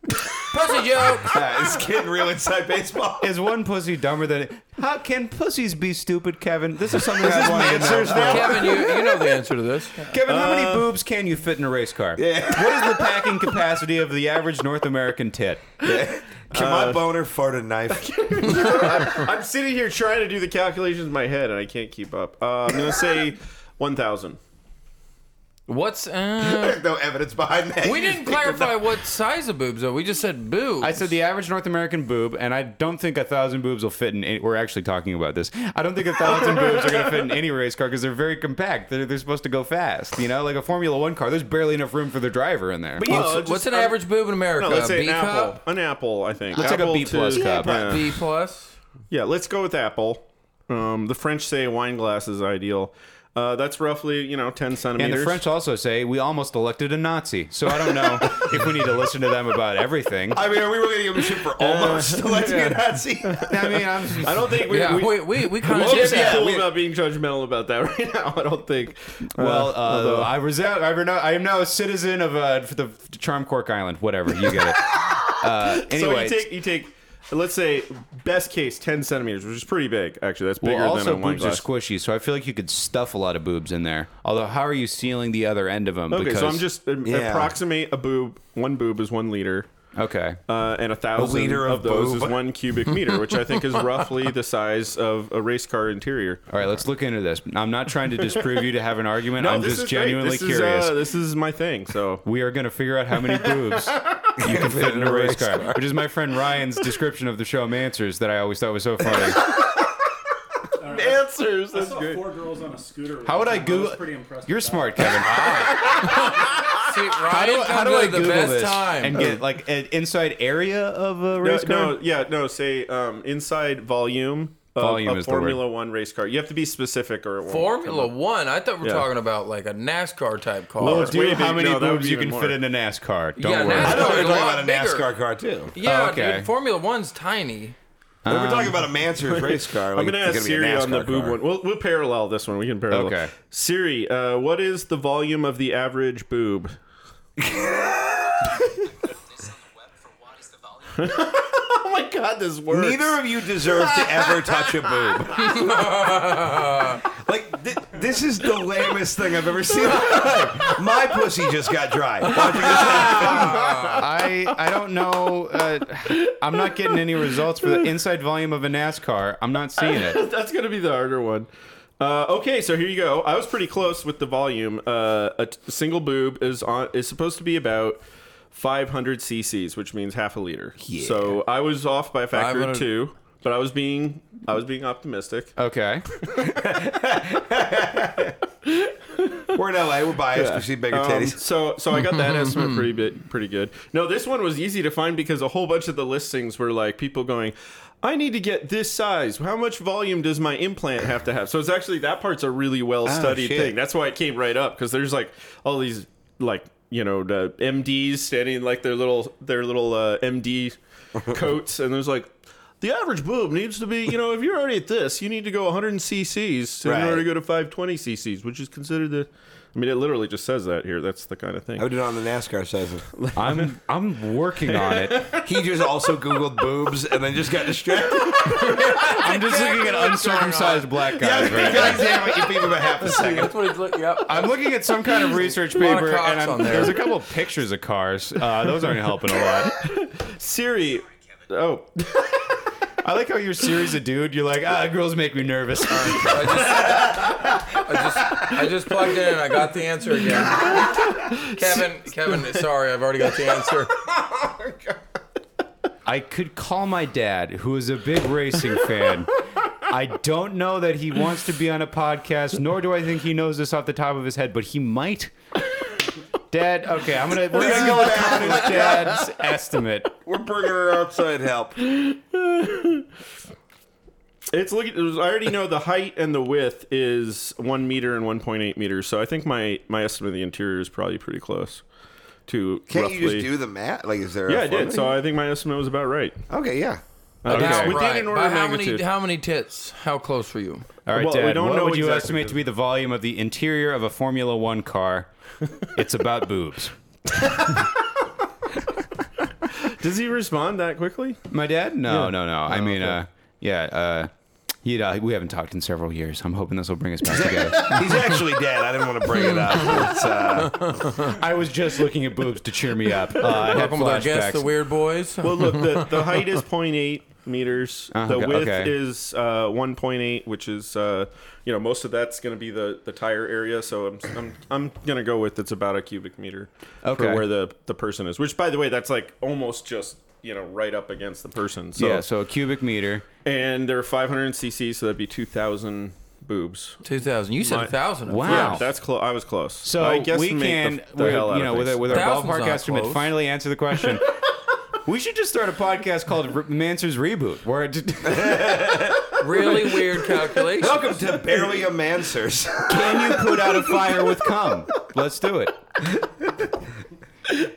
Pussy jokes.
Yeah, it's getting real inside baseball.
is one pussy dumber than how can pussies be stupid, Kevin? This is something I want
answers
to Uh, know.
now?
Kevin, you, you know the answer to this.
Kevin, how many boobs can you fit in a race car? What is the packing capacity of the average North American tit?
Can my
Uh,
boner fart a knife?
I'm sitting here trying to do the calculations in my head and I can't keep up. Uh, I'm going to say 1,000.
What's uh,
There's no evidence behind that.
we
You
didn't
just picked
clarify
up
what size of boobs are. We just said boobs.
I said the average North American boob, and I don't think a thousand boobs will fit in. Any, we're actually talking about this. I don't think a thousand boobs are going to fit in any race car because they're very compact. They're, they're supposed to go fast, you know, like a Formula One car. There's barely enough room for the driver in there.
But
What's,
No, just-
what's an
I'm-
average boob in America?
No, let's
a
say
B
an apple.
cup,
An apple, I think.
Let's take a
Apple
B plus
to-
cup,
Yeah.
B plus.
Yeah, let's go with apple. Um, the French say wine glass is ideal. Uh, that's roughly you know ten
and
centimeters.
the French also say we almost elected a Nazi. So I don't know if we need to listen to them about everything.
I mean, are we really gonna give him shit for almost electing a Nazi?
I mean, I'm,
I don't think we.
Yeah,
we,
we we we kind of
Won't be
did that.
cool
we-
about being judgmental about that right now. I don't think.
Well, uh,
although-
I resent. I, reno- I am now a citizen of uh, the Charm Cork Island. Whatever you get it. Uh, anyway,
so you take you take let's say best case ten centimeters, which is pretty big actually. That's bigger
well, also
than a wine
boobs
glass.
are squishy, so I feel like you could stuff a lot of boobs in there. Although, how are you sealing the other end of them?
okay, so I'm just um,
Yeah.
approximate a boob. One boob is one liter.
okay.
Uh, and a thousand
liter
of,
of
those
boob.
is one cubic meter, which I think is roughly the size of a race car interior.
All right, let's look into this. I'm not trying to disprove you to have an argument. I'm
this
just
is great.
genuinely
This is,
curious.
uh, this is my thing. So
we are going to figure out how many boobs you can fit in a race car, which is my friend Ryan's description of the show Mansers that I always thought was so funny.
answers.
I
That's
saw
great.
four girls on a scooter.
How would I
once, and
Google?
was pretty impressed.
You're
with that.
smart, Kevin.
See, Ryan
how do, how do I
the
Google
best
this
time?
and get like an inside area of a
No,
race car?
no, yeah, no. Say um, inside volume. Of
Volume
a
is the word.
Formula One race car. You have to be specific, or it won't
Formula One. I thought we were
Yeah.
talking about like a NASCAR type car.
We'll
it's
do
way
Oh, how
big-
many
no, that would
boobs
be
you
even
can
more.
fit in a NASCAR. Don't
Yeah,
worry.
NASCAR
I thought we were
It's a
talking
lot
about a
bigger.
NASCAR car too.
yeah,
Oh, okay.
dude, Formula One's tiny.
But we're talking about a Mansers race car.
I'm
like,
gonna
it's
ask
be a
Siri on the
NASCAR
boob
car.
one. We'll, we'll parallel this one. We can parallel.
Okay.
Siri, uh, what is the volume of the average boob? oh my god, this works.
Neither of you deserve to ever touch a boob. like th- this is the lamest thing I've ever seen. in my life. My pussy just got dry. Watching this happen.
I I don't know. Uh, I'm not getting any results for the inside volume of a NASCAR. I'm not seeing it.
That's gonna be the harder one. Uh, okay, so here you go. I was pretty close with the volume. Uh, a t- single boob is on is supposed to be about 500 cc's, which means half a liter. So I was off by a factor of
500
two, but I was being I was being optimistic.
Okay.
We're in LA. We're biased. We see bigger
Um,
titties.
so so I got that estimate pretty bit pretty good. No, this one was easy to find because a whole bunch of the listings were like people going, I need to get this size. How much volume does my implant have to have? So it's actually that part's a really well studied
shit.
thing. That's why it came right up because there's like all these like you know the MDs standing in, like their little their little uh, MD coats and there's like. The average boob needs to be, you know, if you're already at this, you need to go 100 cc's in
Right.
order to go to 520 cc's, which is considered the. I mean, it literally just says that here. That's the kind of thing.
I would do it on the NASCAR size.
I'm I'm working on it.
He just also Googled boobs and then just got distracted.
I'm just looking at uncircumcised black guys right now.
God damn it! You beat me by half a second.
That's what he's looking. Yep.
I'm looking at some kind of research
lot of
paper,
cocks
and I'm,
on there.
there's a couple of pictures of cars. Uh, those aren't helping a lot.
Siri. Oh,
I like how your Siri's a dude. You're like, ah, girls make me nervous.
I just, I just, I just plugged in and I got the answer again. Kevin, Kevin, sorry, I've already got the answer.
I could call my dad, who is a big racing fan. I don't know that he wants to be on a podcast, nor do I think he knows this off the top of his head, but he might. Dad, okay, I'm gonna we're gonna go with Connor's dad's estimate.
We're bringing her outside help.
it's looking. it was- I already know the height and the width is one meter and 1.8 meters. So I think my my estimate of the interior is probably pretty close to
Can't
roughly.
you just do the math? Like, is there?
yeah, I
a
did.
formula?
So I think my estimate was about right.
okay, yeah.
Okay.
Now,
We did
Ryan,
in order
by
of
how
magnitude.
many, how many tits? How close were you?
All right,
Well, we
Dad,
don't
what
know
would you
exactly.
estimate to be the volume of the interior of a Formula One car? It's about boobs.
Does he respond that quickly?
Oh, My dad? No, no, no. I mean, uh, yeah, uh, He'd, uh, we haven't talked in several years. I'm hoping this will bring us back together.
He's actually dead. I didn't want to bring it up. It's, uh,
I was just looking at boobs to cheer me up. Uh, I had
Welcome to Against
flashbacks.
the Weird Boys.
Well, look, the, the height is 0.8 meters.
Uh,
the
okay,
width
okay.
is uh, 1.8, which is, uh, you know, most of that's going to be the, the tire area. So I'm, I'm, I'm going to go with it's about a cubic meter
Okay.
for where the, the person is, which, by the way, that's like almost just, you know, right up against the person. So,
yeah, so a cubic meter.
And there are 500 cc, so that'd be 2,000 boobs.
2000. You said 1,000.
Wow.
Yeah, that's close. I was close.
So
I guess
we
make the-
can,
the
with,
hell out
you
of
know, with,
things.
our- with our
Thousands
ballpark
not
estimate,
close.
finally answer the question. we should just start a podcast called R- Mansers Reboot, where it just-
Really weird calculation.
welcome to Barely a Mansers.
can you put out a fire with cum? Let's do it.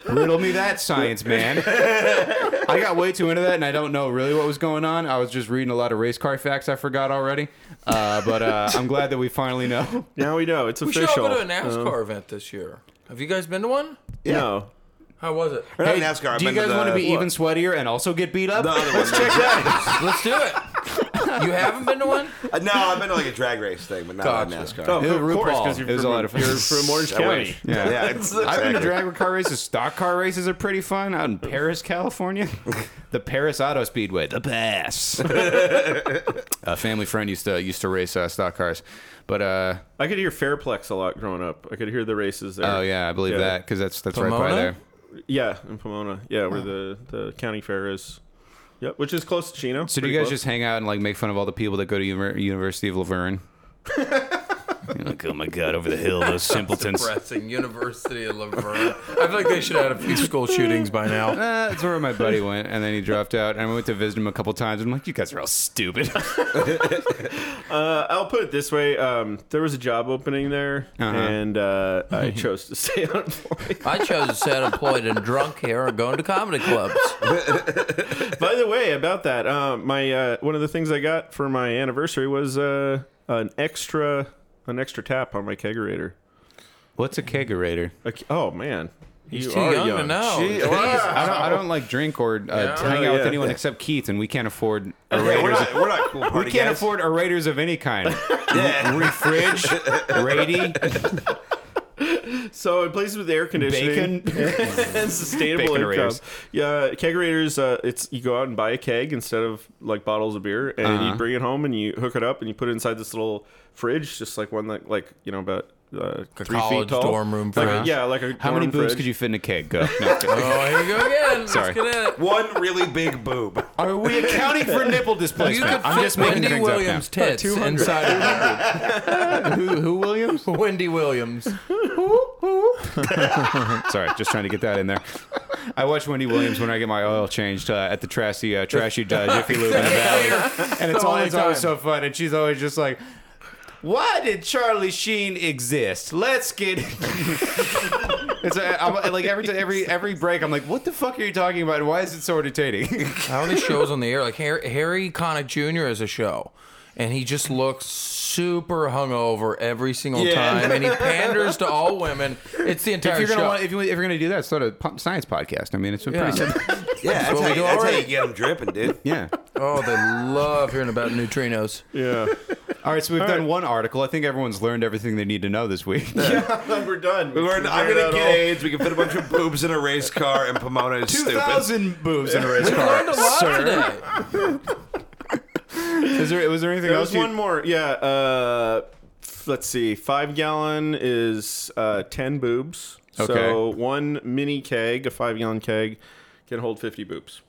Riddle me that, science man. I got way too into that, and I don't know really what was going on. I was just reading a lot of race car facts I forgot already. Uh, but uh, I'm glad that we finally know.
now we know it's
We should all
official.
go to a
Uh.
NASCAR event this year. Have you guys been to one?
No,
How was it?
We're not in NASCAR. I've
do you
been
guys want to
the-
be even sweatier and also get beat up?
The other one.
Let's do it. You haven't been to one?
Uh, No, I've been to like a drag race thing, but not on
Gotcha.
NASCAR.
Oh,
It was
of course,
RuPaul.
'cause you're
It was a
from-
lot of fun.
You're from Orange
I
County.
wish. Yeah, yeah it's,
I've been to
exactly.
drag car races. Stock car races are pretty fun out in Paris, California. the Paris Auto Speedway, the best. a family friend used to used to race uh, stock cars, but uh,
I could hear Fairplex a lot growing up. I could hear the races there.
oh yeah, I believe
Yeah.
that because that's that's right by
Pomona?
there.
Yeah, in Pomona. Yeah, where the, the county fair is. Yep, which is close to Chino.
So do
Pretty
you guys
close.
just hang out and like make fun of all the people that go to Univer- University of Laverne? You're like, oh my god, over the hill, those simpletons.
Depressing. University of Laverne. I feel like they should have had a few school shootings by now.
Uh, that's where my buddy went, and then he dropped out. And I went to visit him a couple times. And I'm like, you guys are all stupid.
Uh, I'll put it this way: um, there was a job opening there,
Uh-huh.
and uh, I chose to stay unemployed.
I chose to stay unemployed and drunk here and going to comedy clubs.
By the way, about that, uh, my uh, one of the things I got for my anniversary was uh, an extra an extra tap on my kegerator.
What's a kegerator?
A ke- oh man,
He's
you
too
are
young, to
Oh,
know.
I don't, I don't like drink or uh, hang out
Oh,
with
yeah.
anyone except Keith, and we can't afford. A
Yeah, we're
raiders.
not, we're not cool party
we can't
guys.
afford orators of any kind.
Yeah.
Fridge, Brady,
So in places with air conditioning
Bacon.
and sustainable
Bacon
income,
arrays.
yeah, kegerators. Uh, it's you go out and buy a keg instead of like bottles of beer, and you bring it home and you hook it up and you put it inside this little fridge, just like one that like you know about uh, three feet
college
tall.
dorm room
Like a-
fridge.
yeah, like a
How many
dorm
boobs
fridge.
could you fit in a keg? Go. No.
Oh, here you go again.
Sorry.
Let's get it.
One really big boob.
Are we accounting for nipple
You
displacement?
could
I'm
fit
just making
Wendy
things
Williams tits inside
up now. Who, who Williams?
of Wendy Williams.
Sorry, just trying to get that in there. I watch Wendy Williams when I get my oil changed uh, at the trashy, uh, trashy uh, Jiffy Lube in the valley, and it's
The
always
only
always
time.
so fun. And she's always just like, "Why did Charlie Sheen exist? Let's get." it's uh, I'm, like every every every break, I'm like, "What the fuck are you talking about? Why is it so entertaining?"
How many shows on the air? Like Harry, Harry Connick Jr. is a show, and he just looks super hungover every single time, and he panders to all women. It's the entire
if you're
show.
gonna want, if, you, if you're gonna do that, start a po- science podcast. I mean, it's a
Yeah.
pretty simple.
Yeah, that's,
what
how,
we
you,
do
that's how you
already.
get them dripping, dude.
yeah.
oh, they love hearing about neutrinos.
Yeah,
All right, so we've done one article. I think everyone's learned everything they need to know this week.
we're done.
We learned, I'm gonna get AIDS. We can fit a bunch of boobs in a race car, and Pomona is
Two
stupid.
thousand boobs in a race
We learned a
car.
lot
sir.
today.
Is there was there anything
There
else?
was
you-
one more. Yeah. Uh, f- let's see. Five gallon is uh, 10 boobs. So
Okay.
one mini keg, a five gallon keg, can hold 50 boobs.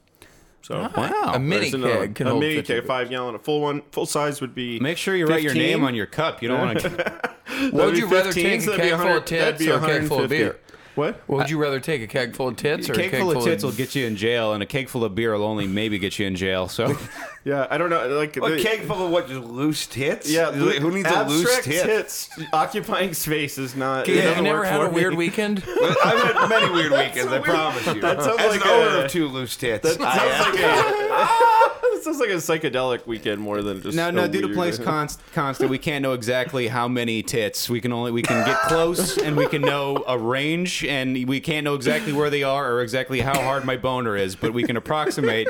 So
Wow.
A mini
there's another one.
keg can
a
hold
mini
50
keg, five gallon, a full one, full size would be.
Make sure you write your
15.
name on your cup. You don't want to.
That'd
Would
be
you rather
15,
take a
so that'd be
keg full
100
of tits
that'd be
or a keg full of
150.
beer?
What?
What would you rather take, a keg full of tits or a
Cake
keg
full of tits will get you in jail, and a cake full of beer will only maybe get you in jail. So
Yeah, I don't know. Like
A
the-
keg full of what? Just loose tits?
Yeah,
Like, who needs a loose
abstract
tit?
tits occupying space is not.
Yeah,
it
you
doesn't
never
work
had
for
a weird
me.
weekend?
I've had many weird weekends. I promise you.
That sounds
As
like
an owner
a-
of two loose tits,
That
I am.
sounds like a that sounds like a psychedelic weekend more than just.
no,
a
no, due to
weird-
place const, constant, we can't know exactly how many tits. We can only we can get close, and we can know a range, and we can't know exactly where they are or exactly how hard my boner is, but we can approximate.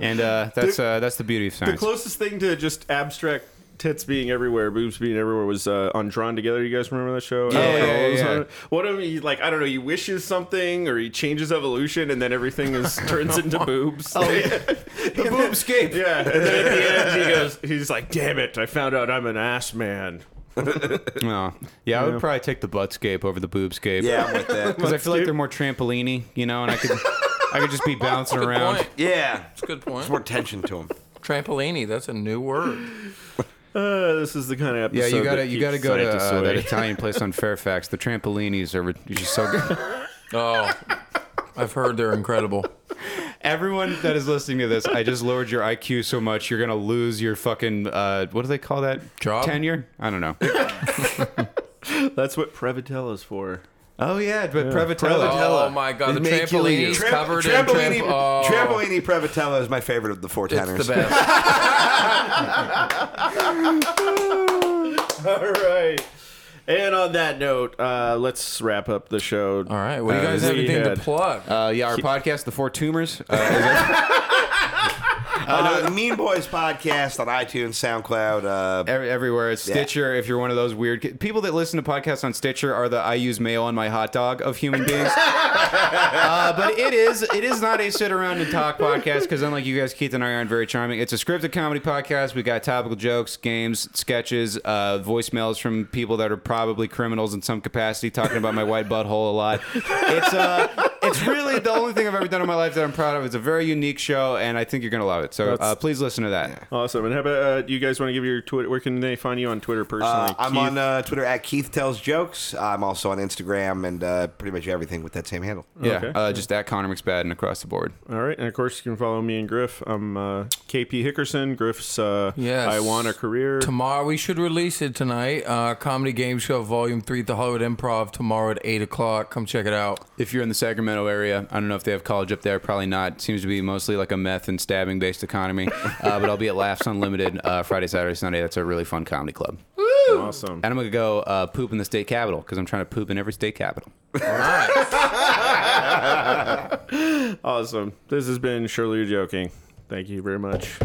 and uh, that's uh, that's the beauty of
The
science.
closest thing to just abstract tits being everywhere, boobs being everywhere was uh, on Drawn Together. You guys remember that show? Adam
yeah,
Carolla was
yeah.
on it. One of them, he, like, I don't know, he wishes something or he changes evolution and then everything is turns into boobs. Oh, yeah.
the boobscape.
yeah. And then at the end, he goes, he's like, damn it, I found out I'm an ass man.
No. Yeah, I would probably take the buttscape over the boobscape.
Yeah, I'm with that.
because I feel like they're more trampoliny, you know, and I could I could just be bouncing
Good
around.
point.
Yeah,
That's a good point.
more tension to him.
Trampolini. That's a new word.
Uh, this is the kind of
Yeah,
episode.
you gotta
that
you gotta
keeps
go to uh, that
scientists away.
Italian place on Fairfax. The trampolinis are re- just so good.
Oh, I've heard they're incredible.
Everyone that is listening to this, I just lowered your IQ so much you're gonna lose your fucking uh, what do they call that
Job?
tenure? I don't know.
That's what Prevotell is for.
oh yeah, but Prevotella.
Prevotella.
Oh my god, the
They make you
trampolini
leave.
is
Tram-
covered
trampolini,
in tramp- oh,
trampolini Prevotella is my favorite of the four tenors.
It's the best.
All right. And on that note, uh, let's wrap up the show.
All right, well, you
Uh,
guys have
we
anything
had-
to plug?
Uh, yeah, our podcast, The Four Tumors. Uh, is it-
Uh, the Mean Boys podcast on iTunes, SoundCloud. Uh,
Every, everywhere. It's Stitcher. If you're one of those weird ki- people that listen to podcasts on Stitcher, are the I use mayo on my hot dog of human beings. uh, but it is it is not a sit around and talk podcast because unlike you guys, Keith and I aren't very charming. It's a scripted comedy podcast. We got topical jokes, games, sketches, uh, voicemails from people that are probably criminals in some capacity, talking about my white butthole a lot. It's uh, it's really the only thing I've ever done in my life that I'm proud of. It's a very unique show, and I think you're gonna love it. So uh, please listen to that.
Awesome. And how about uh, you guys want to give your Twitter? Where can they find you on Twitter personally?
uh, I'm
Keith?
on uh, Twitter at Keith Tells Jokes. I'm also on Instagram and uh, pretty much everything with that same handle.
Yeah,
Okay.
uh, just at Connor McSpadden across the board.
All right, and of course you can follow me and Griff. I'm uh, KP Hickerson. Griff's uh,
Yes.
I want a career.
Tomorrow we should release it tonight. Uh, Comedy Game Show Volume Three, at the Hollywood Improv, tomorrow at eight o'clock. Come check it out.
If you're in the Sacramento area, I don't know if they have college up there. Probably not. Seems to be mostly like a meth and stabbing based economy. uh, but I'll be at Laughs Unlimited uh, Friday, Saturday, Sunday. That's a really fun comedy club.
awesome.
And I'm gonna go uh, poop in the state capitol because I'm trying to poop in every state capital.
Awesome. This has been surely you're joking. Thank you very much.